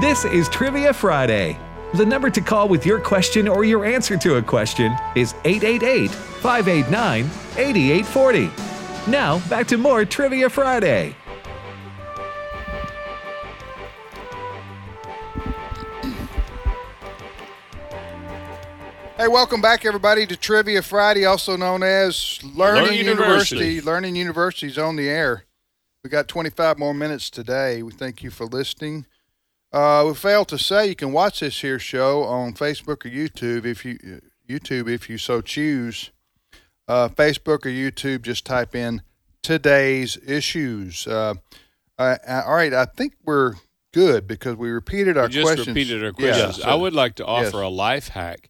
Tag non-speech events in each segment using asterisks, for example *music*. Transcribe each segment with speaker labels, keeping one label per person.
Speaker 1: This is Trivia Friday. The number to call with your question or your answer to a question is 888 589 8840. Now, back to more Trivia Friday.
Speaker 2: Hey, welcome back, everybody, to Trivia Friday, also known as Learning,
Speaker 3: Learning
Speaker 2: University.
Speaker 3: University.
Speaker 2: Learning University's on the air. We got 25 more minutes today. We thank you for listening. Uh, we failed to say you can watch this here show on Facebook or YouTube if you uh, YouTube if you so choose. Uh, Facebook or YouTube, just type in today's issues. Uh, I, I- all right, I think we're good because we repeated our
Speaker 3: We just
Speaker 2: questions.
Speaker 3: repeated our
Speaker 2: Yeah,
Speaker 3: questions.
Speaker 2: so-
Speaker 3: I would like to
Speaker 2: Yes.
Speaker 3: offer a life hack.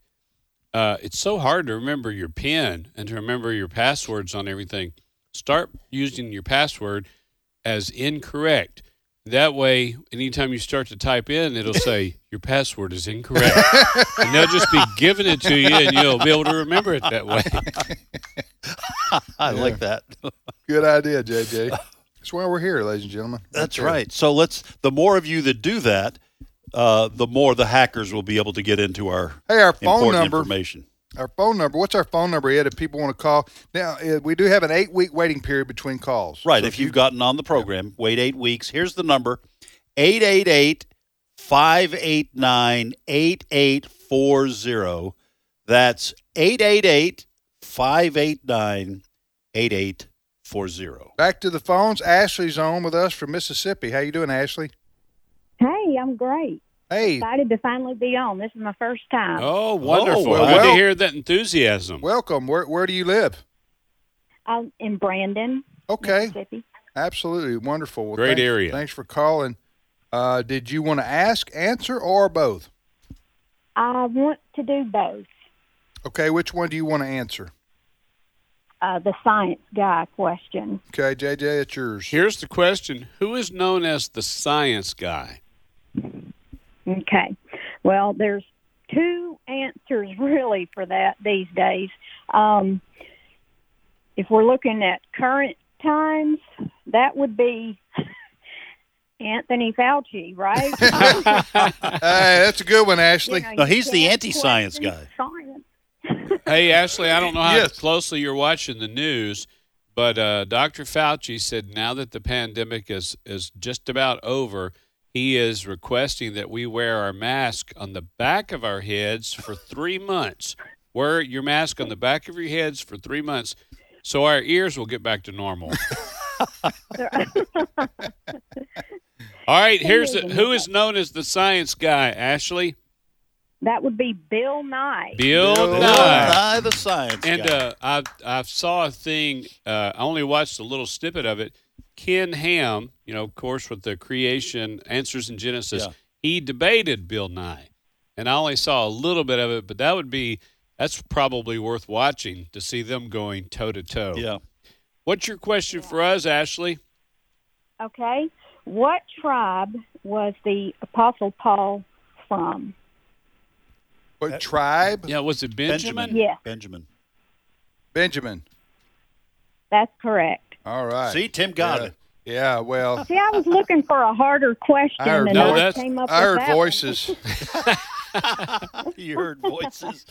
Speaker 3: Uh, it's so hard to remember your PIN and to remember your passwords on everything. Start using your password as incorrect. That way, anytime you start to type in, it'll say your password is incorrect, and they'll just be giving it to you, and you'll be able to remember it that way.
Speaker 4: I like that. *laughs*
Speaker 2: Good idea, JJ. That's why we're here, ladies and gentlemen.
Speaker 4: That's
Speaker 2: there.
Speaker 4: right. So let's. The more of you that do that, uh, the more the hackers will be able to get into our
Speaker 2: Hey, our phone
Speaker 4: important
Speaker 2: number.
Speaker 4: information.
Speaker 2: Our phone number. What's our phone number, Ed? If people want to call now, uh, we do have an eight-week waiting period between calls.
Speaker 4: Right.
Speaker 2: So
Speaker 4: if you've gotten on the program, wait eight weeks. Here's the number 888 589 8840. That's 888 589 8840.
Speaker 2: back to the phones. Ashley's on with us from Mississippi. How you doing, Ashley?
Speaker 5: Hey, I'm great.
Speaker 2: Hey,
Speaker 5: Excited to finally be on. This is my first time.
Speaker 3: Oh, wonderful!
Speaker 4: well-
Speaker 3: Good to hear that enthusiasm.
Speaker 2: welcome. Where Where do you live?
Speaker 5: I'm in Brandon,
Speaker 2: Okay,
Speaker 5: Mississippi.
Speaker 2: absolutely wonderful. Well,
Speaker 3: Great
Speaker 2: thanks-
Speaker 3: area.
Speaker 2: Thanks for calling. Uh, did you want to ask, answer, or both?
Speaker 5: I want to do both.
Speaker 2: Okay, which one do you want to answer?
Speaker 5: Uh, the science guy question.
Speaker 2: Okay, JJ, it's
Speaker 4: *laughs*
Speaker 2: yours.
Speaker 3: Here's the question: Who is known as the science guy?
Speaker 5: Okay. Well, there's two answers *laughs* really for that these days. Um, if we're looking at current times, that would be *laughs* Anthony
Speaker 4: *laughs*
Speaker 5: Fauci, right?
Speaker 2: Hey, that's a good one, Ashley.
Speaker 5: You know,
Speaker 4: No,
Speaker 5: you
Speaker 4: he's the
Speaker 5: can't
Speaker 4: anti-science
Speaker 5: question science.
Speaker 3: Hey, Ashley, I don't know how
Speaker 2: Yes.
Speaker 3: closely you're watching the news, but uh, Dr. Fauci said now that the pandemic is, is just about over, he is requesting that we wear our mask on the back of our heads for three months. Wear your mask on the back of your heads for three months so our ears will get back to
Speaker 2: *laughs*
Speaker 3: normal. All right, here's the, who is known as the science guy, Ashley?
Speaker 5: That would be Bill Nye.
Speaker 3: Bill,
Speaker 2: Bill
Speaker 3: Nye.
Speaker 2: Nye.
Speaker 4: Hi, the science
Speaker 3: And
Speaker 4: guy.
Speaker 3: uh, I I saw a thing. Uh, I only watched a little snippet of it. Ken Ham, you know, of course, with the creation answers in Genesis,
Speaker 4: Yeah.
Speaker 3: he debated Bill Nye, and I only saw a little bit of it. But that would be that's probably worth watching to see them going toe to toe.
Speaker 4: yeah.
Speaker 3: What's your question for us, Ashley?
Speaker 5: Okay. What tribe was the Apostle Paul from?
Speaker 2: What tribe?
Speaker 3: Yeah, was it Benjamin?
Speaker 4: Benjamin.
Speaker 5: Yeah.
Speaker 4: Benjamin.
Speaker 2: Benjamin.
Speaker 5: That's correct.
Speaker 2: All right.
Speaker 4: See, Tim got
Speaker 2: Yeah.
Speaker 4: it.
Speaker 2: Yeah. Well,
Speaker 5: See, I was looking for a harder question,
Speaker 2: I heard-
Speaker 5: and
Speaker 3: No,
Speaker 5: I
Speaker 3: that's-
Speaker 5: came up
Speaker 2: I
Speaker 5: with
Speaker 2: heard
Speaker 5: that one.
Speaker 2: voices.
Speaker 4: *laughs* You heard
Speaker 2: *laughs*
Speaker 4: voices.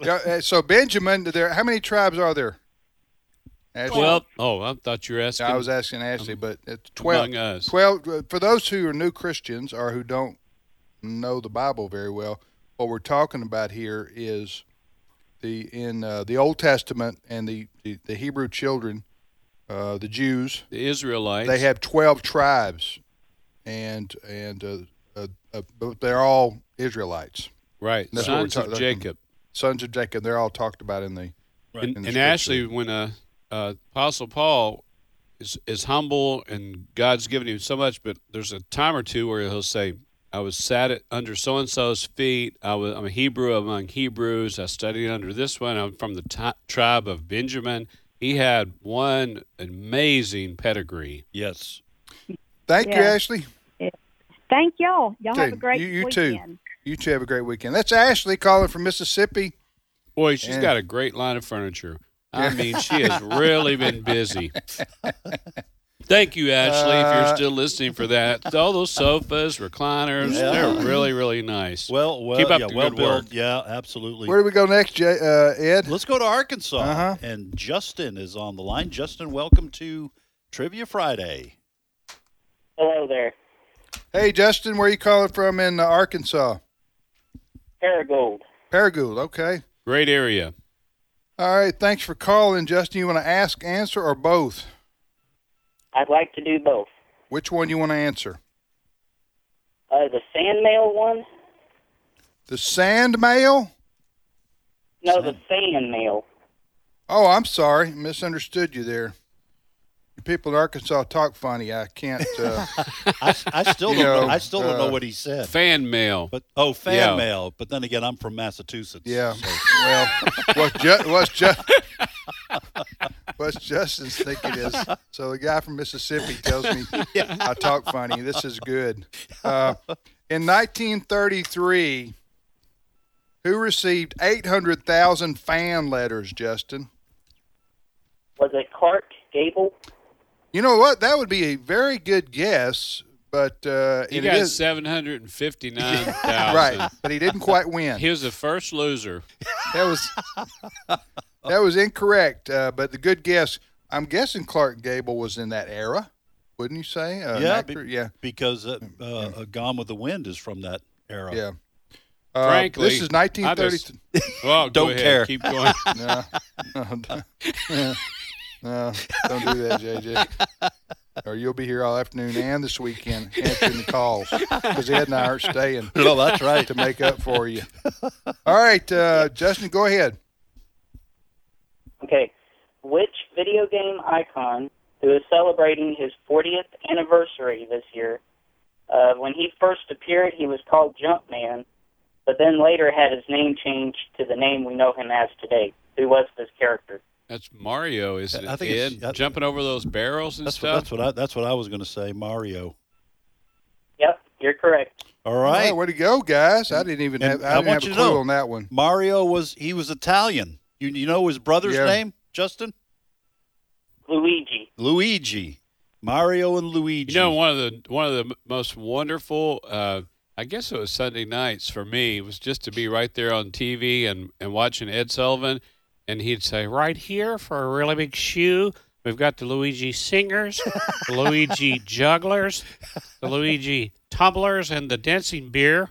Speaker 2: Yeah, uh, so Benjamin, there. How many tribes are there? Ashley?
Speaker 3: Well, oh, I thought you were asking.
Speaker 2: I was asking Ashley, but it's twelve.
Speaker 3: among us.
Speaker 2: Twelve uh, for those who are new Christians or who don't know the Bible very well. What we're talking about here is the in uh, the Old Testament and the the, the Hebrew children, uh, the Jews.
Speaker 3: the Israelites.
Speaker 2: They have twelve tribes, and and uh, uh, uh, but they're all Israelites,
Speaker 3: right
Speaker 2: That's what we're
Speaker 3: sons of
Speaker 2: talking-
Speaker 3: Jacob.
Speaker 2: sons of Jacob. They're all talked about in the in
Speaker 3: and,
Speaker 2: the
Speaker 3: and
Speaker 2: scripture.
Speaker 3: actually when uh, uh, apostle paul is, is humble and god's given him so much but there's a time or two where he'll say i was sat at, under so and so's feet I was, i'm a hebrew among hebrews i studied under this one i'm from the ti tribe of benjamin he had one amazing pedigree
Speaker 4: Yes.
Speaker 2: Thank you,
Speaker 5: Yeah.
Speaker 2: Ashley.
Speaker 5: Thank y'all. Y'all have
Speaker 2: Okay,
Speaker 5: a great
Speaker 2: you- you too.
Speaker 5: weekend.
Speaker 2: You two have a great weekend. That's Ashley calling from Mississippi.
Speaker 3: boy she's
Speaker 2: Yeah.
Speaker 3: got
Speaker 2: *laughs*
Speaker 3: a great line of furniture i mean she has really been busy Thank you, Ashley, if
Speaker 2: Uh,
Speaker 3: you're still listening for that. All those sofas, recliners, they're really, really nice.
Speaker 4: Well, well,
Speaker 3: Keep up
Speaker 4: yeah,
Speaker 3: the
Speaker 4: well,
Speaker 3: good
Speaker 4: well,
Speaker 3: work.
Speaker 4: yeah, absolutely.
Speaker 2: Where do we go next, Jay, uh, Ed?
Speaker 4: Let's go to Arkansas,
Speaker 2: Uh-huh.
Speaker 4: and Justin is on the line. Justin, welcome to Trivia Friday.
Speaker 6: Hello there.
Speaker 2: Hey, Justin, where you calling from in uh, Arkansas?
Speaker 6: Paragold.
Speaker 2: Paragould, okay.
Speaker 3: Great area.
Speaker 2: All right, thanks for calling, Justin. You want to ask, answer, or both?
Speaker 6: I'd like to do both.
Speaker 2: Which one you want to answer?
Speaker 6: Uh, the sand mail one?
Speaker 2: The sand mail?
Speaker 6: No, the sand mail.
Speaker 2: Oh, I'm sorry, misunderstood you there. You people in Arkansas talk funny. I can't. Uh,
Speaker 4: I, I still don't
Speaker 2: You
Speaker 4: know,
Speaker 2: know,
Speaker 4: I still don't know
Speaker 2: uh,
Speaker 4: what he said.
Speaker 3: Fan mail.
Speaker 4: But oh, fan
Speaker 3: Yeah.
Speaker 4: mail. But then again, I'm from Massachusetts.
Speaker 2: yeah. Well, what ju- what's ju- what's Justin's thinking is so the guy from Mississippi tells me I talk funny. This is good. Uh, in 1933, who received 800,000 fan letters, Justin?
Speaker 6: Was it Clark Gable?
Speaker 2: You know what? That would be a very good guess, but uh,
Speaker 3: He
Speaker 2: it
Speaker 3: got
Speaker 2: is- *laughs*
Speaker 3: 759,000.
Speaker 2: right. But he didn't quite win.
Speaker 3: He was the first loser.
Speaker 2: That was *laughs* that was incorrect. Uh, but the good guess, I'm guessing Clark Gable was in that era, wouldn't you say? Uh, an
Speaker 4: Yeah,
Speaker 2: actor? yeah,
Speaker 4: Because uh, uh, Gone with the Wind is from that era.
Speaker 2: yeah. Uh,
Speaker 3: Frankly,
Speaker 2: this is
Speaker 3: I
Speaker 2: 1930.
Speaker 3: Well, go
Speaker 4: Don't
Speaker 3: ahead.
Speaker 4: care.
Speaker 3: Keep going.
Speaker 2: *laughs* No, no, no, don't do that, JJ. Or you'll be here all afternoon and this weekend answering the calls because Ed and I aren't staying
Speaker 4: *laughs* No, that's right.
Speaker 2: to make up for you. All right, uh, Justin, go ahead.
Speaker 6: Okay. Which video game icon who is celebrating his 40th anniversary this year? Uh, when he first appeared, he was called Jumpman, but then later had his name changed to the name we know him as today. Who was this character?
Speaker 3: That's Mario, isn't it?
Speaker 4: I think it's-
Speaker 3: Ed?
Speaker 4: I-
Speaker 3: Jumping over those barrels and
Speaker 4: That's what,
Speaker 3: stuff.
Speaker 4: that's what I that's what I was going to say. Mario.
Speaker 6: Yep, you're correct.
Speaker 4: All right.
Speaker 2: Well, way to go, guys! I didn't even
Speaker 4: And
Speaker 2: have, I
Speaker 4: I
Speaker 2: didn't have
Speaker 4: want
Speaker 2: a
Speaker 4: you
Speaker 2: clue
Speaker 4: to know-
Speaker 2: on that one.
Speaker 4: Mario was he was Italian. You you know his brother's
Speaker 2: Yeah.
Speaker 4: name, Justin
Speaker 6: Luigi.
Speaker 4: Luigi. Mario and Luigi.
Speaker 3: You know, one of the one of the m- most wonderful. Uh, I guess it was Sunday nights for me. Was just to be right there on TV and and watching Ed Sullivan, and he'd say, "Right here for a really big shoe, we've got the Luigi singers, the Luigi jugglers, the Luigi tumblers, and the dancing beer."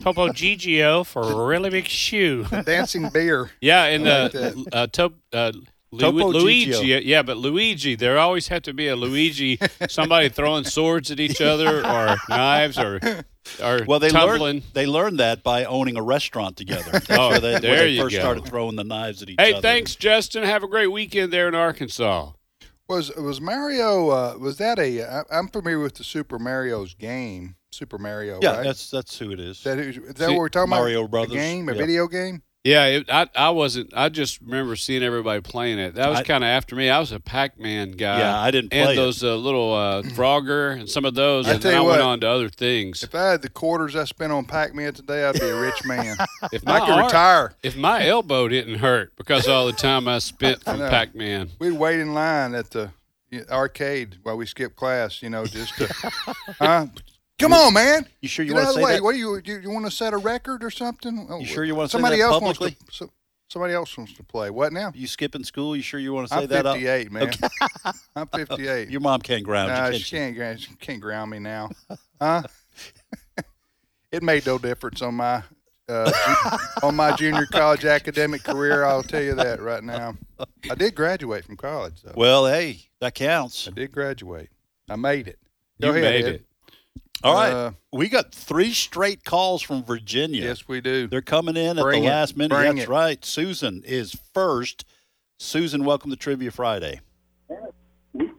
Speaker 3: Topo Gigio for a really big shoe.
Speaker 2: Dancing beer.
Speaker 3: Yeah, and
Speaker 2: I like
Speaker 3: the uh, top, uh, Lu-
Speaker 4: Topo
Speaker 3: Luigi. uh,
Speaker 4: Gigio.
Speaker 3: Yeah, but Luigi. There always had to be a Luigi. somebody throwing swords at each other, or knives, or or
Speaker 4: Well, they
Speaker 3: tumbling.
Speaker 4: learned they learned that by owning a
Speaker 2: *laughs*
Speaker 4: restaurant together. That's
Speaker 3: Oh,
Speaker 4: where they, where
Speaker 3: there
Speaker 4: they
Speaker 3: you
Speaker 4: first
Speaker 3: go.
Speaker 4: started throwing the knives at each
Speaker 3: Hey,
Speaker 4: other.
Speaker 3: thanks, Justin. Have a great weekend there in Arkansas.
Speaker 2: Was was Mario? Uh, was that a? I, I'm familiar with the Super Mario's game. Super Mario.
Speaker 4: Yeah,
Speaker 2: right?
Speaker 4: that's that's who it is.
Speaker 2: that. Is is that what we're talking
Speaker 4: Mario
Speaker 2: about?
Speaker 4: Brothers,
Speaker 2: A game, a
Speaker 4: yeah.
Speaker 2: video game.
Speaker 3: Yeah, it, I I wasn't. I just remember seeing everybody playing it. That was
Speaker 4: I-
Speaker 3: kind of after me. I was a Pac-Man guy.
Speaker 4: Yeah, I didn't play
Speaker 3: and
Speaker 4: it.
Speaker 3: those uh, little uh, Frogger and some of those,
Speaker 2: I
Speaker 3: and
Speaker 2: tell
Speaker 3: then I
Speaker 2: you
Speaker 3: went
Speaker 2: what.
Speaker 3: on to other things.
Speaker 2: If I had the quarters I spent on Pac-Man today, I'd be a rich
Speaker 4: *laughs*
Speaker 2: man.
Speaker 3: If
Speaker 2: I
Speaker 3: my
Speaker 2: could
Speaker 3: ar-
Speaker 2: retire.
Speaker 3: If my elbow didn't hurt because all the time I spent from
Speaker 2: know.
Speaker 3: Pac-Man.
Speaker 2: We'd wait in line at the you know, arcade while we skipped class. You know, just
Speaker 4: *laughs*
Speaker 2: to, huh? Come on, man.
Speaker 4: You sure you
Speaker 2: Get
Speaker 4: want
Speaker 2: out of
Speaker 4: to
Speaker 2: the
Speaker 4: say
Speaker 2: way.
Speaker 4: that?
Speaker 2: What do you, you you want to set a record or something? Oh,
Speaker 4: You sure you wanna say
Speaker 2: somebody
Speaker 4: that
Speaker 2: else wants
Speaker 4: publicly?
Speaker 2: to? so- Somebody else wants to play. What now?
Speaker 4: You skipping school? You sure you want to say
Speaker 2: I'm
Speaker 4: that? out?
Speaker 2: 58, man. I'm 58.
Speaker 4: Your mom can't ground
Speaker 2: Nah,
Speaker 4: you. Can
Speaker 2: she can't, ground- she can't ground me now. Huh? *laughs* it made no difference on my uh, ju- on my junior college academic career. I'll tell you that right now. I did graduate from college, though.
Speaker 4: Well, hey, that counts.
Speaker 2: I did graduate. I made it. Go
Speaker 3: You
Speaker 2: ahead,
Speaker 3: made
Speaker 2: Ed.
Speaker 3: it.
Speaker 4: All right,
Speaker 2: Uh,
Speaker 4: we got three straight calls from Virginia.
Speaker 2: Yes, we do.
Speaker 4: They're coming in at the
Speaker 2: Bring it.
Speaker 4: last minute.
Speaker 2: Bring
Speaker 4: That's
Speaker 2: it.
Speaker 4: right. Susan is first. Susan, welcome to Trivia Friday.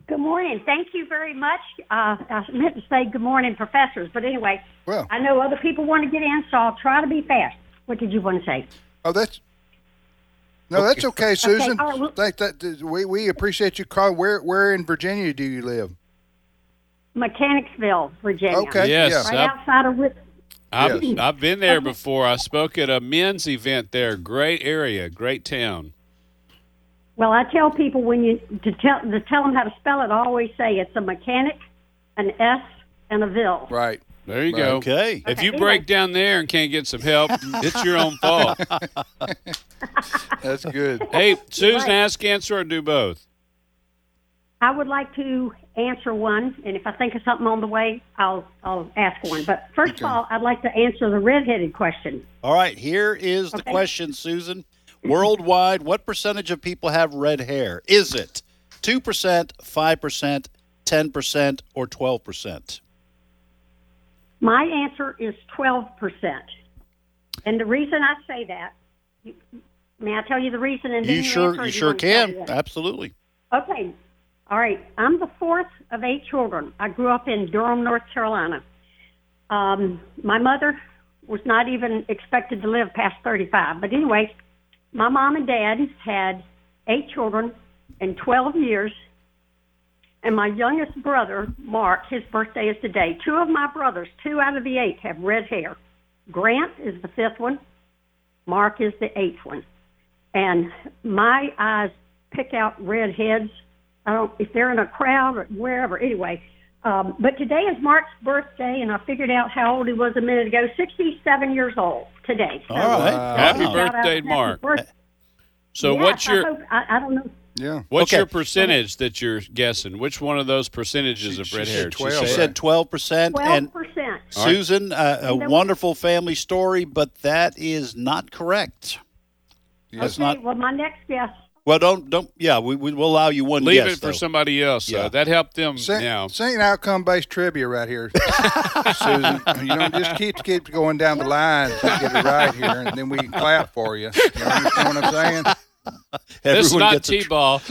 Speaker 7: Good morning. Thank you very much. Uh, I meant to say good morning, professors, but anyway,
Speaker 2: Well,
Speaker 7: I know other people want to get in, so I'll try to be fast. What did you want to say?
Speaker 2: oh, that's. No, that's okay, Susan.
Speaker 7: all right, well-
Speaker 2: Thank that we, we appreciate you calling. Where where in Virginia do you live?
Speaker 7: Mechanicsville, Virginia.
Speaker 2: Okay.
Speaker 3: Yes,
Speaker 7: Right
Speaker 3: I-
Speaker 7: outside of Whit-
Speaker 3: I've,
Speaker 2: Yes.
Speaker 3: I've been there before. I spoke at a men's event there. Great area, great town.
Speaker 7: Well, I tell people when you to tell to tell them how to spell it. I always say it's a mechanic, an S, and a vil.
Speaker 2: Right.
Speaker 3: There you go.
Speaker 4: Okay.
Speaker 3: If you break down there and can't get some help, it's your own fault.
Speaker 2: That's good.
Speaker 3: Hey, Susan, ask, answer, or do both.
Speaker 7: I would like to answer one, and if I think of something on the way, I'll I'll ask one. But first of all, I'd like to answer the redheaded question.
Speaker 4: All right. Here is the question, Susan. Worldwide, what percentage of people have red hair? Is it 2%, 5%, 10%, or 12%?
Speaker 7: My answer is twelve percent, and the reason I say that, may I tell you the reason? And then
Speaker 4: You
Speaker 7: answer,
Speaker 4: sure
Speaker 7: or
Speaker 4: you sure
Speaker 7: want me to tell
Speaker 4: can.
Speaker 7: you that?
Speaker 4: Absolutely.
Speaker 7: Okay. All right. I'm the fourth of eight children. I grew up in Durham, North Carolina. Um, my mother was not even expected to live past 35. But anyway, my mom and dad had eight children in 12 years. And my youngest brother, Mark, his birthday is today. Two of my brothers, two out of the eight, have red hair. Grant is the fifth one. Mark is the eighth one and my eyes pick out redheads. I don't if they're in a crowd or wherever. Anyway, um, but today is Mark's birthday, and I figured out how old he was a minute ago. Sixty-seven years old today. So,
Speaker 4: All right.
Speaker 3: Happy
Speaker 4: Wow.
Speaker 7: shout out,
Speaker 3: birthday,
Speaker 7: happy
Speaker 3: Mark.
Speaker 7: birthday.
Speaker 3: So
Speaker 7: Yes,
Speaker 3: what's
Speaker 7: I,
Speaker 3: your
Speaker 7: hope, I, I don't know.
Speaker 2: Yeah.
Speaker 3: what's
Speaker 4: Okay.
Speaker 3: your percentage that you're guessing? Which one of those percentages
Speaker 2: She-
Speaker 3: of
Speaker 2: she
Speaker 3: red
Speaker 2: said
Speaker 3: hair?
Speaker 2: 12,
Speaker 4: She
Speaker 2: All
Speaker 4: said 12%.
Speaker 7: Twelve
Speaker 4: And
Speaker 7: percent.
Speaker 3: All right.
Speaker 4: Susan, uh, a
Speaker 7: then-
Speaker 4: wonderful family story, but that is not correct. That's
Speaker 7: Okay.
Speaker 4: not
Speaker 7: Well, my next guess.
Speaker 4: well. Don't don't. Yeah, we we will allow you one
Speaker 3: Leave
Speaker 4: guess.
Speaker 3: it for
Speaker 4: though.
Speaker 3: somebody else. though.
Speaker 4: Yeah.
Speaker 3: that helped them
Speaker 2: Sa-
Speaker 3: now.
Speaker 2: Saying outcome based trivia right
Speaker 4: *laughs*
Speaker 2: here, Susan. You know, just keep keep going down the line to get it right here, and then we clap for you. You understand what I'm saying?
Speaker 3: This is
Speaker 4: Everyone
Speaker 3: not
Speaker 4: gets a tr-
Speaker 3: T-ball.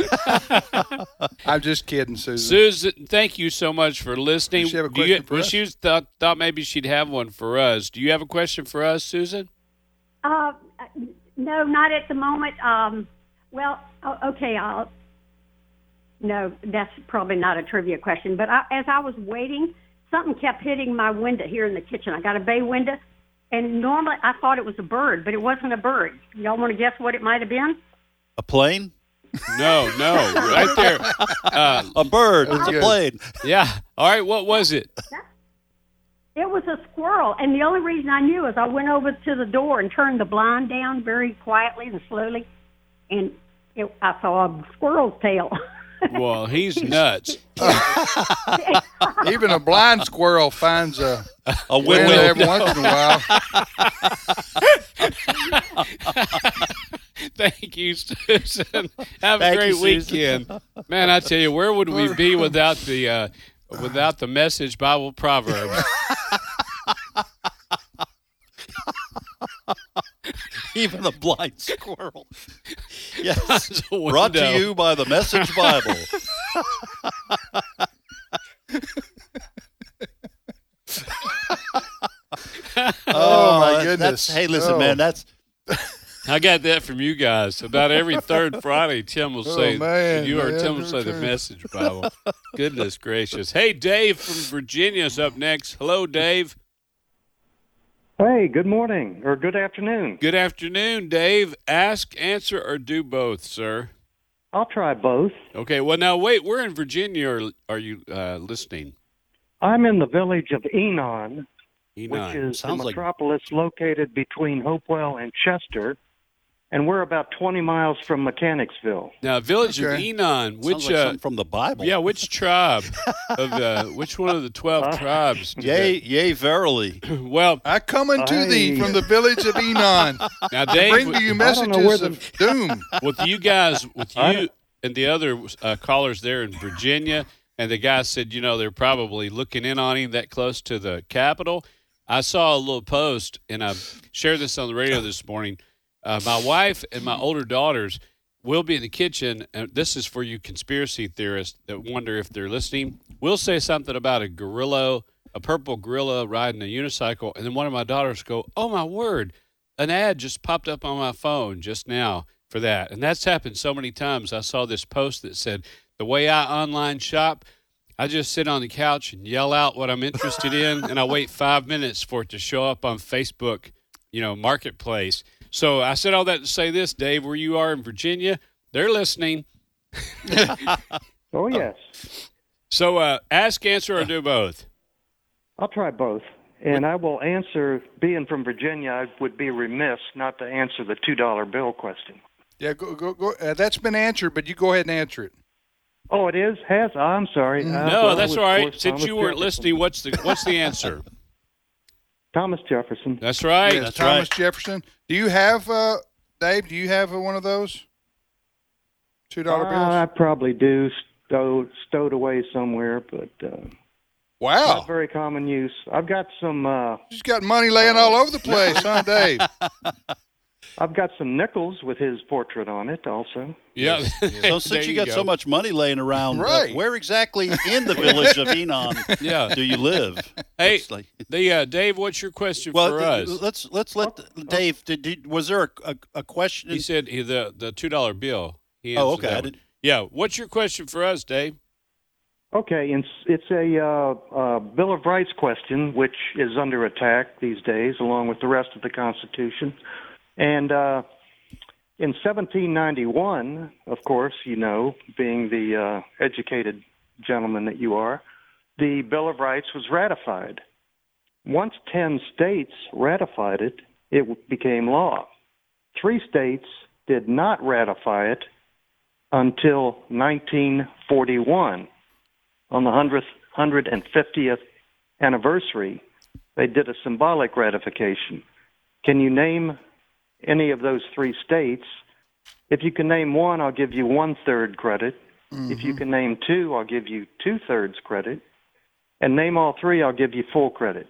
Speaker 2: I'm just kidding, Susan.
Speaker 3: Susan, thank you so much for listening.
Speaker 2: Does she have a
Speaker 3: Do you-
Speaker 2: question for
Speaker 3: well,
Speaker 2: us?
Speaker 3: She was- thought, thought maybe she'd have one for us. Do you have a question for us, Susan?
Speaker 7: Uh, no, not at the moment. Um, well, o- okay, I'll. No, that's probably not a trivia question. But I, as I was waiting, something kept hitting my window here in the kitchen. I got a bay window, and normally I thought it was a bird, but it wasn't a bird. Y'all want to guess what it might have been?
Speaker 4: a plane,
Speaker 3: No, no, right there. Uh,
Speaker 4: a bird, it's
Speaker 2: Okay.
Speaker 4: a plane.
Speaker 3: yeah. All right. What was it?
Speaker 7: It was a squirrel, and the only reason I knew is I went over to the door and turned the blind down very quietly and slowly, and it, I saw a squirrel's tail.
Speaker 3: Well, he's nuts.
Speaker 2: Even a blind squirrel finds a
Speaker 4: A
Speaker 2: window
Speaker 4: windmill.
Speaker 2: every once in a while.
Speaker 3: Thank you, Susan. Have a
Speaker 4: Thank
Speaker 3: great
Speaker 4: you, Susan.
Speaker 3: weekend, man. I tell you, where would we be without the uh, without the message Bible proverbs? *laughs*
Speaker 4: *laughs* Even a blind squirrel. *laughs* Yes.
Speaker 3: *laughs* It's a
Speaker 4: Brought to
Speaker 3: window.
Speaker 4: you by the Message
Speaker 3: *laughs*
Speaker 4: Bible.
Speaker 2: Oh, my
Speaker 4: that's-
Speaker 2: goodness.
Speaker 4: Hey, listen,
Speaker 2: Oh.
Speaker 4: man. That's
Speaker 3: I got that from you guys. About every
Speaker 2: *laughs*
Speaker 3: third Friday, Tim will say,
Speaker 2: Oh, man,
Speaker 3: "You or
Speaker 2: man,
Speaker 3: Tim will say the
Speaker 2: return. *laughs*
Speaker 3: message Bible." Goodness gracious! Hey, Dave from Virginia's up next. Hello, Dave.
Speaker 8: Hey, good morning or good afternoon.
Speaker 3: Good afternoon, Dave. Ask, answer, or do both, sir.
Speaker 8: I'll try both.
Speaker 3: Okay. Well, now wait. We're in Virginia. Or are you uh, listening?
Speaker 8: I'm in the village of Enon, which
Speaker 3: E9.
Speaker 8: is the
Speaker 4: sounds like-
Speaker 8: metropolis located between Hopewell and Chester, and we're about 20 miles from Mechanicsville.
Speaker 3: Now, village
Speaker 2: Okay.
Speaker 3: of Enon,
Speaker 4: which
Speaker 3: which uh,
Speaker 4: from the Bible.
Speaker 3: yeah, which tribe of
Speaker 8: *laughs*
Speaker 3: uh, which one of the
Speaker 8: Uh,
Speaker 3: twelve tribes? did
Speaker 4: Yay,
Speaker 3: *laughs*
Speaker 4: yay, verily.
Speaker 3: that- *laughs* Well,
Speaker 2: I come unto thee
Speaker 8: Aye.
Speaker 2: from the village of Enon.
Speaker 3: now
Speaker 2: Bring to
Speaker 3: Dave,
Speaker 2: you
Speaker 8: I don't know where
Speaker 2: messages of doom.
Speaker 3: with you guys, with
Speaker 8: I
Speaker 3: you and the other uh, callers there in Virginia, and the guy said, you know, they're probably looking in on him that close to the Capitol. I saw a little post, and I shared this on the radio this morning. Uh, my wife and my older daughters will be in the kitchen, and this is for you conspiracy theorists that wonder if they're listening. We'll say something about a gorilla, a purple gorilla riding a unicycle, and then one of my daughters go, "Oh my word!" An ad just popped up on my phone just now for that, and that's happened so many times. I saw this post that said, "The way I online shop." I just sit on the couch and yell out what I'm interested in, and I wait five minutes for it to show up on Facebook, you know, Marketplace. So I said all that to say this, Dave, where you are in Virginia, They're listening.
Speaker 8: Oh, yes.
Speaker 3: So uh, ask, answer, or do both.
Speaker 8: I'll try both. And I will answer, being from Virginia, I would be remiss not to answer the $2 bill question.
Speaker 2: Yeah, go go go. Uh, that's been answered, but you go ahead and answer it.
Speaker 8: Oh, it is? Has? Oh, I'm sorry. I thought
Speaker 3: No,
Speaker 8: it
Speaker 3: that's
Speaker 8: was
Speaker 3: all right.
Speaker 8: Thomas
Speaker 3: Since you weren't
Speaker 8: Jefferson.
Speaker 3: listening, what's the what's the answer?
Speaker 8: Thomas Jefferson.
Speaker 3: That's right.
Speaker 2: Yes,
Speaker 4: that's
Speaker 2: Thomas
Speaker 4: right.
Speaker 2: Jefferson. Do you have uh, Dave? Do you have uh, one of those two dollar
Speaker 8: Uh, I
Speaker 2: bills?
Speaker 8: probably do stowed, stowed away somewhere, but uh, not
Speaker 2: Wow,
Speaker 8: very common use. I've got some. Uh,
Speaker 2: she's got money laying all over the place, huh,
Speaker 3: *laughs*
Speaker 2: Dave?
Speaker 8: I've got some nickels with his portrait on it, also.
Speaker 3: *laughs* Yeah.
Speaker 4: So since you, got so much money laying around, uh,
Speaker 2: Right.
Speaker 4: where exactly in the village of Enon
Speaker 3: *laughs* Yeah.
Speaker 4: do you live?
Speaker 3: Hey,
Speaker 4: It's like-
Speaker 3: the uh, Dave, what's your question
Speaker 4: well,
Speaker 3: for
Speaker 4: th-
Speaker 3: us? Oh.
Speaker 4: let's let's let Dave. Did, did was there a, a, a question?
Speaker 3: he said he, the the two dollar bill. He
Speaker 4: Oh,
Speaker 3: answered
Speaker 4: okay,
Speaker 3: that
Speaker 4: I
Speaker 3: one.
Speaker 4: didn't-
Speaker 3: Yeah. What's your question for us, Dave?
Speaker 8: Okay, and s- it's a uh, uh, Bill of Rights question, which is under attack these days, along with the rest of the Constitution. And uh, in 1791, of course, you know, being the uh, educated gentleman that you are, the Bill of Rights was ratified. Once 10 states ratified it, it w- became law. Three states did not ratify it until 1941 on the 100th, 150th anniversary, they did a symbolic ratification. Can you name any of those three states? If you can name one, I'll give you one third credit. If you can name two, I'll give you two thirds credit. And name all three, I'll give you full credit.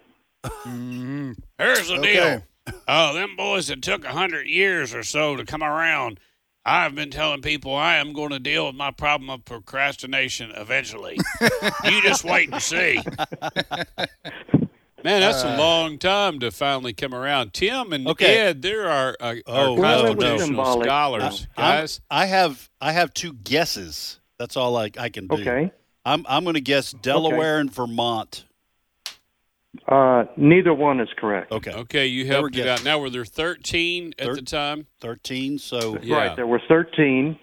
Speaker 3: Here's the
Speaker 2: Okay.
Speaker 3: deal. Oh, them boys that took a hundred years or so to come around. I've been telling people I am going to deal with my problem of procrastination
Speaker 4: *laughs*
Speaker 3: eventually. you just wait and see. Man, that's a long time to finally come around. Tim and
Speaker 4: Uh, Okay.
Speaker 3: Ed, there are, uh,
Speaker 4: Oh,
Speaker 3: are
Speaker 4: well, it was
Speaker 3: constitutional
Speaker 8: symbolic.
Speaker 3: scholars,
Speaker 4: I'm-
Speaker 3: guys.
Speaker 4: I have I have two guesses. That's all I, I can do.
Speaker 8: Okay.
Speaker 4: I'm I'm going to guess Delaware and Vermont.
Speaker 8: Uh, neither one is correct.
Speaker 4: Okay.
Speaker 3: Okay, you
Speaker 4: There were
Speaker 3: helped it
Speaker 4: guesses.
Speaker 3: out. Now were there thirteen at
Speaker 4: Thir-
Speaker 3: the time?
Speaker 4: Thirteen. So
Speaker 3: Yeah.
Speaker 8: Right, there were 13.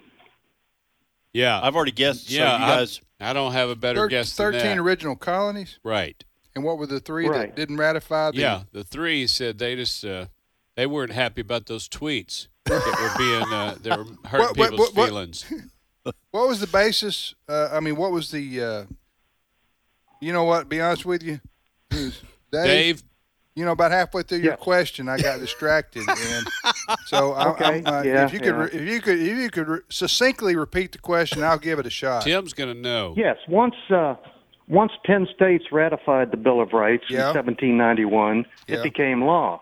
Speaker 3: Yeah,
Speaker 4: I've already guessed.
Speaker 3: Yeah,
Speaker 4: So you
Speaker 3: I-
Speaker 4: guys.
Speaker 3: I don't have a better
Speaker 2: Thir-
Speaker 3: guess than
Speaker 2: Thirteen
Speaker 3: that.
Speaker 2: original colonies,
Speaker 3: right.
Speaker 2: and what were the three
Speaker 8: Right.
Speaker 2: that didn't ratify? The,
Speaker 3: Yeah, the three said they just uh, they weren't happy about those tweets that were being uh, that
Speaker 4: *laughs*
Speaker 3: were hurting
Speaker 2: What- what-
Speaker 3: people's
Speaker 2: what- what-
Speaker 3: feelings.
Speaker 2: What was the basis? Uh, I mean, what was the? Uh, you know what? Be honest with you, Dave.
Speaker 3: Dave,
Speaker 2: You know, about halfway through your
Speaker 8: Yeah.
Speaker 2: question, I got distracted, and
Speaker 8: *laughs*
Speaker 2: so I,
Speaker 8: Okay,
Speaker 2: I'm, uh,
Speaker 8: yeah,
Speaker 2: if you could,
Speaker 8: yeah.
Speaker 2: re- if you could, if you could re- succinctly repeat the question, I'll give it a
Speaker 3: *laughs*
Speaker 2: shot.
Speaker 3: Tim's gonna know.
Speaker 8: Yes, once uh, once ten states ratified the Bill of Rights
Speaker 2: Yeah.
Speaker 8: in 1791,
Speaker 2: Yeah.
Speaker 8: it became law.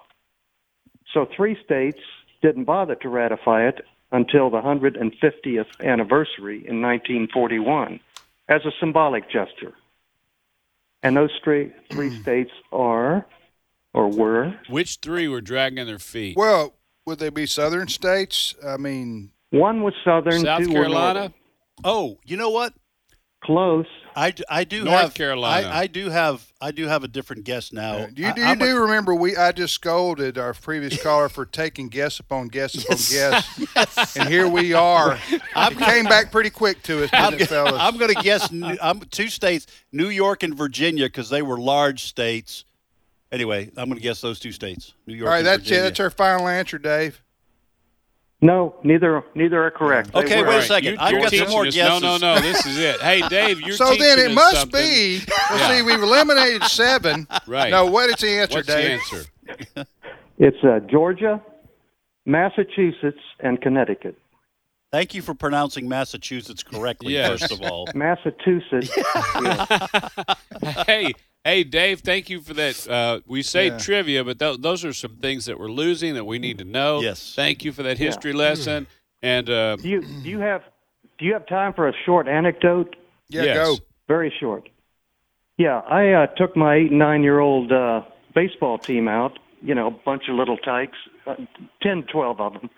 Speaker 8: So three states didn't bother to ratify it until the 150th anniversary in 1941 as a symbolic gesture. And those three, three states are or were
Speaker 3: Which three were dragging their feet?
Speaker 2: Well, would they be southern states? I mean,
Speaker 8: one was southern,
Speaker 3: South
Speaker 8: two were northern.
Speaker 3: Carolina.
Speaker 4: Oh, you know what?
Speaker 8: Close.
Speaker 4: I, d- I do
Speaker 3: North
Speaker 4: have
Speaker 3: Carolina.
Speaker 4: I, I do have I do have a different guess now.
Speaker 2: do you,
Speaker 4: I-
Speaker 2: do, you
Speaker 4: I'm a-
Speaker 2: do remember we? I just scolded our previous caller for taking guess upon guess upon
Speaker 3: *laughs*
Speaker 2: guess, and here we are. it came back pretty quick to us, didn't it, fellas?
Speaker 4: I'm going
Speaker 2: *laughs*
Speaker 4: to guess New- I'm two states, New York and Virginia, because they were large states. Anyway, I'm going to guess those two states, New York.
Speaker 2: All right,
Speaker 4: and
Speaker 2: that's
Speaker 4: Virginia.
Speaker 2: it. That's our final answer, Dave.
Speaker 8: No, neither neither are correct. They
Speaker 4: Okay, wait
Speaker 8: were.
Speaker 3: All
Speaker 4: a
Speaker 3: right,
Speaker 4: second.
Speaker 3: you-
Speaker 4: I've
Speaker 3: you're
Speaker 4: got some
Speaker 3: teaching
Speaker 4: more
Speaker 3: us-
Speaker 4: guesses.
Speaker 3: No, no, no. This is it. Hey, Dave,
Speaker 4: *laughs*
Speaker 3: you're
Speaker 2: so then
Speaker 3: teaching
Speaker 2: it
Speaker 3: us
Speaker 2: must
Speaker 3: something.
Speaker 2: be. Well,
Speaker 3: Yeah.
Speaker 2: see, we've eliminated seven.
Speaker 3: *laughs* Right.
Speaker 2: No, what is the answer,
Speaker 3: What's the
Speaker 2: Dave?
Speaker 3: answer?
Speaker 8: It's uh, Georgia, Massachusetts, and Connecticut.
Speaker 4: Thank you for pronouncing Massachusetts correctly.
Speaker 3: Yes.
Speaker 4: First
Speaker 3: *laughs*
Speaker 4: of all,
Speaker 8: Massachusetts.
Speaker 3: hey, hey, Dave, thank you for that. Uh, we say
Speaker 2: Yeah.
Speaker 3: trivia, but tho- those are some things that we're losing that we need to know.
Speaker 4: Yes.
Speaker 3: Thank you for that history lesson. And uh,
Speaker 8: Do you do you have do you have time for a short anecdote?
Speaker 2: Yeah,
Speaker 3: yes.
Speaker 2: go.
Speaker 8: Very short. Yeah, I uh, took my eight and nine year old uh, baseball team out. You know, a bunch of little tykes, uh, 10, 12 of them,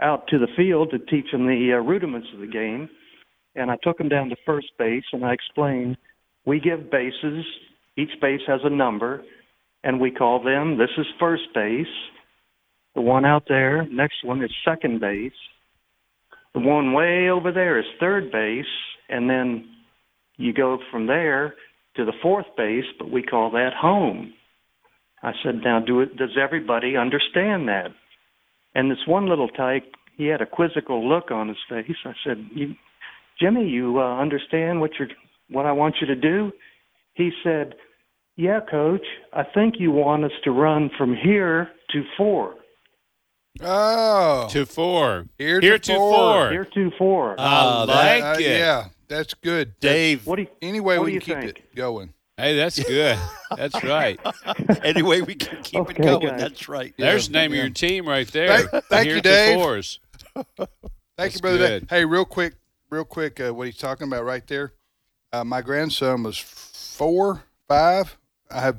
Speaker 8: out to the field to teach them the uh, rudiments of the game. And I took them down to first base, and I explained we give bases. Each base has a number, and we call them. This is first base. The one out there, next one is second base. The one way over there is third base, and then you go from there to the fourth base, but we call that home. I said, now do it, does everybody understand that? And this one little tyke, he had a quizzical look on his face. I said, you, Jimmy, you uh, understand what you're, what I want you to do? He said, yeah, coach, I think you want us to run from here to four.
Speaker 2: Oh,
Speaker 3: to four.
Speaker 2: Here to
Speaker 3: to
Speaker 2: four.
Speaker 3: four.
Speaker 8: Here to four.
Speaker 2: That-
Speaker 3: I like
Speaker 2: uh,
Speaker 3: it.
Speaker 2: yeah, that's good.
Speaker 4: Dave,
Speaker 8: what do you,
Speaker 2: Anyway,
Speaker 8: What
Speaker 2: we
Speaker 8: do
Speaker 2: can keep
Speaker 8: you
Speaker 2: it going.
Speaker 3: Hey, that's good.
Speaker 2: *laughs*
Speaker 3: That's right.
Speaker 4: anyway, we can keep
Speaker 8: Okay,
Speaker 4: it going.
Speaker 8: guys.
Speaker 4: That's right.
Speaker 3: There's the
Speaker 2: Yeah,
Speaker 3: name
Speaker 2: yeah.
Speaker 3: of your team right there.
Speaker 2: Thank- thank
Speaker 3: Here
Speaker 2: you,
Speaker 3: to
Speaker 2: Dave.
Speaker 3: Fours.
Speaker 2: Thank
Speaker 3: That's
Speaker 2: you, brother. Dave.
Speaker 3: good.
Speaker 2: Hey, real quick, real quick, uh, what he's talking about right there. Uh, my grandson was four, five. I have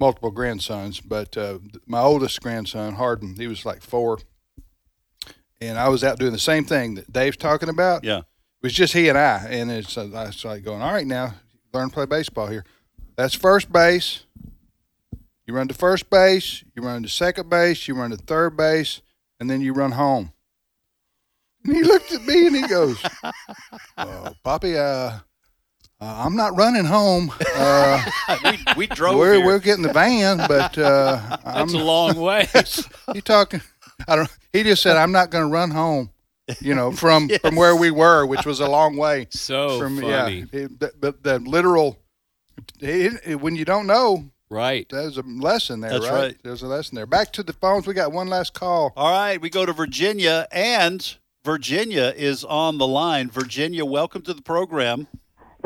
Speaker 2: multiple grandsons, but uh, th- my oldest grandson, Harden, he was like four. And I was out doing the same thing that Dave's talking about.
Speaker 4: Yeah.
Speaker 3: *laughs*
Speaker 2: It was just he and I. And it's, uh, I was like going, all right, now learn to play baseball here. That's first base. You run to first base, you run to second base, you run to third base, and then you run home. And he looked at me and he goes, oh, Poppy, uh, uh, I'm not running home. Uh,
Speaker 4: we, we drove
Speaker 2: we're,
Speaker 4: here.
Speaker 2: we're getting the van, but uh, I'm
Speaker 3: That's
Speaker 2: *laughs*
Speaker 3: a long way. *laughs*
Speaker 2: you talking. I don't. He just said I'm not going to run home. You know, from from where we were, which was a long way.
Speaker 3: so
Speaker 2: from
Speaker 3: Oh, funny.
Speaker 2: yeah, it, but- but the literal. it- it- when you don't know,
Speaker 3: Right.
Speaker 2: there's a lesson there,
Speaker 4: That's
Speaker 2: right?
Speaker 4: right.
Speaker 2: There's a lesson there. Back to the phones. We got one last call.
Speaker 4: All right, we go to Virginia, and Virginia is on the line. Virginia, welcome to the program.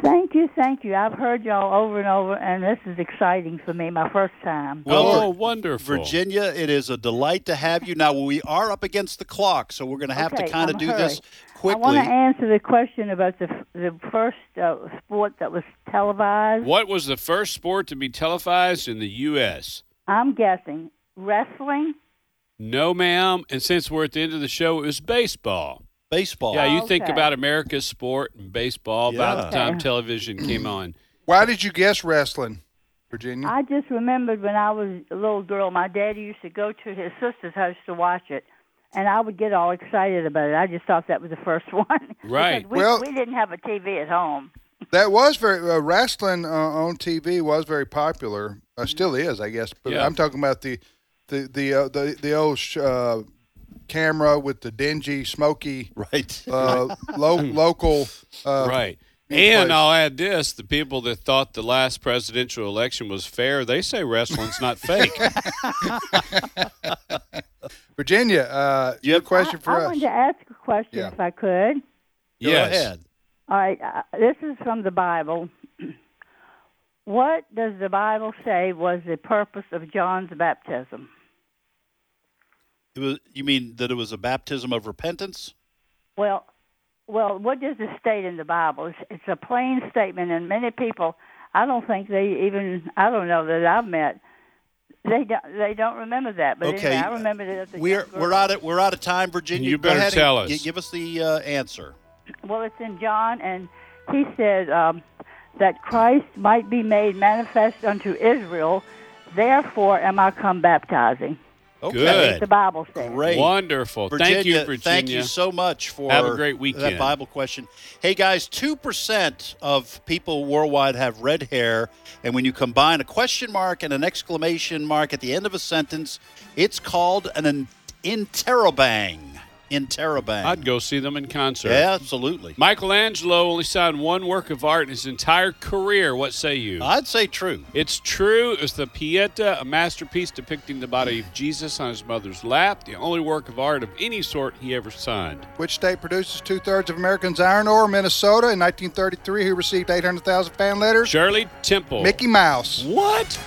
Speaker 9: Thank you, thank you. I've heard y'all over and over, and this is exciting for me, my first time.
Speaker 4: Well,
Speaker 3: oh, wonderful.
Speaker 4: Virginia, it is a delight to have you. Now we are up against the clock, so we're going to have to
Speaker 9: Okay,
Speaker 4: kind
Speaker 9: I'm
Speaker 4: of do this
Speaker 9: I want
Speaker 4: quickly.
Speaker 9: to answer the question about the the first uh, sport that was televised.
Speaker 3: What was the first sport to be televised in the U.S.?
Speaker 9: I'm guessing wrestling.
Speaker 3: No, ma'am. And since we're at the end of the show, it was baseball.
Speaker 4: Baseball.
Speaker 3: Yeah, you think
Speaker 9: Okay.
Speaker 3: about America's sport and baseball
Speaker 4: Yeah.
Speaker 3: about the time
Speaker 9: Okay.
Speaker 3: television came on.
Speaker 2: Why did you guess wrestling, Virginia?
Speaker 9: I just remembered when I was a little girl, my daddy used to go to his sister's house to watch it, and I would get all excited about it. I just thought that was the first *laughs* one.
Speaker 3: Right.
Speaker 9: Because we,
Speaker 2: Well-
Speaker 9: we didn't have a TV at home.
Speaker 2: That was very uh, wrestling uh, on TV was very popular. Uh, still is, I guess. But
Speaker 3: Yeah.
Speaker 2: I'm talking about the the the uh, the, the old sh- uh, camera with the dingy, smoky,
Speaker 4: *laughs*
Speaker 3: *laughs*
Speaker 4: Right.
Speaker 2: uh, lo- local. Uh,
Speaker 3: right.
Speaker 2: in
Speaker 3: And
Speaker 2: place.
Speaker 3: I'll add this the people that thought the last presidential election was fair, they say wrestling's not fake.
Speaker 2: Virginia, uh,
Speaker 4: You
Speaker 2: you have
Speaker 4: have-
Speaker 2: a question
Speaker 9: I,
Speaker 2: for
Speaker 9: I
Speaker 2: us?
Speaker 9: wanted to ask a question
Speaker 2: Yeah.
Speaker 9: if I could.
Speaker 4: Go
Speaker 3: yes.
Speaker 4: ahead.
Speaker 9: All right, uh, this is from the Bible. *clears throat* what does the Bible say was the purpose of John's baptism?
Speaker 4: It was, you mean that it was a baptism of repentance?
Speaker 9: Well, well, what does it state in the Bible? It's, it's a plain statement, and many people, I don't think they even, I don't know that I've met, they don't, they don't remember that. But
Speaker 4: Okay,
Speaker 9: anyway, I remembered it. At the
Speaker 4: We're we're out of we're out of time, Virginia.
Speaker 3: You
Speaker 4: Go
Speaker 3: better
Speaker 4: ahead and
Speaker 3: tell us.
Speaker 4: gi- Give us the uh, answer.
Speaker 9: Well, it's in John, and he said um, that Christ might be made manifest unto Israel. Therefore, am I come baptizing.
Speaker 4: Okay.
Speaker 3: Good.
Speaker 9: The Bible says.
Speaker 4: Great.
Speaker 3: Wonderful. thank you, Virginia.
Speaker 4: Thank you so much for
Speaker 3: Have a great weekend.
Speaker 4: that Bible question. Hey guys, two percent of people worldwide have red hair, and when you combine a question mark and an exclamation mark at the end of a sentence, it's called an, in- interrobang. Interrobang.
Speaker 3: I'd go see them in concert.
Speaker 4: Yeah, absolutely.
Speaker 3: Michelangelo only signed one work of art in his entire career. What say you?
Speaker 4: I'd say true.
Speaker 3: It's true. It's the Pieta, a masterpiece depicting the body of Jesus on his mother's lap, the only work of art of any sort he ever signed.
Speaker 2: Which state produces two thirds of Americans' iron ore? Minnesota. In 1933, who received 800,000 fan letters?
Speaker 3: Shirley Temple.
Speaker 2: Mickey Mouse.
Speaker 3: What?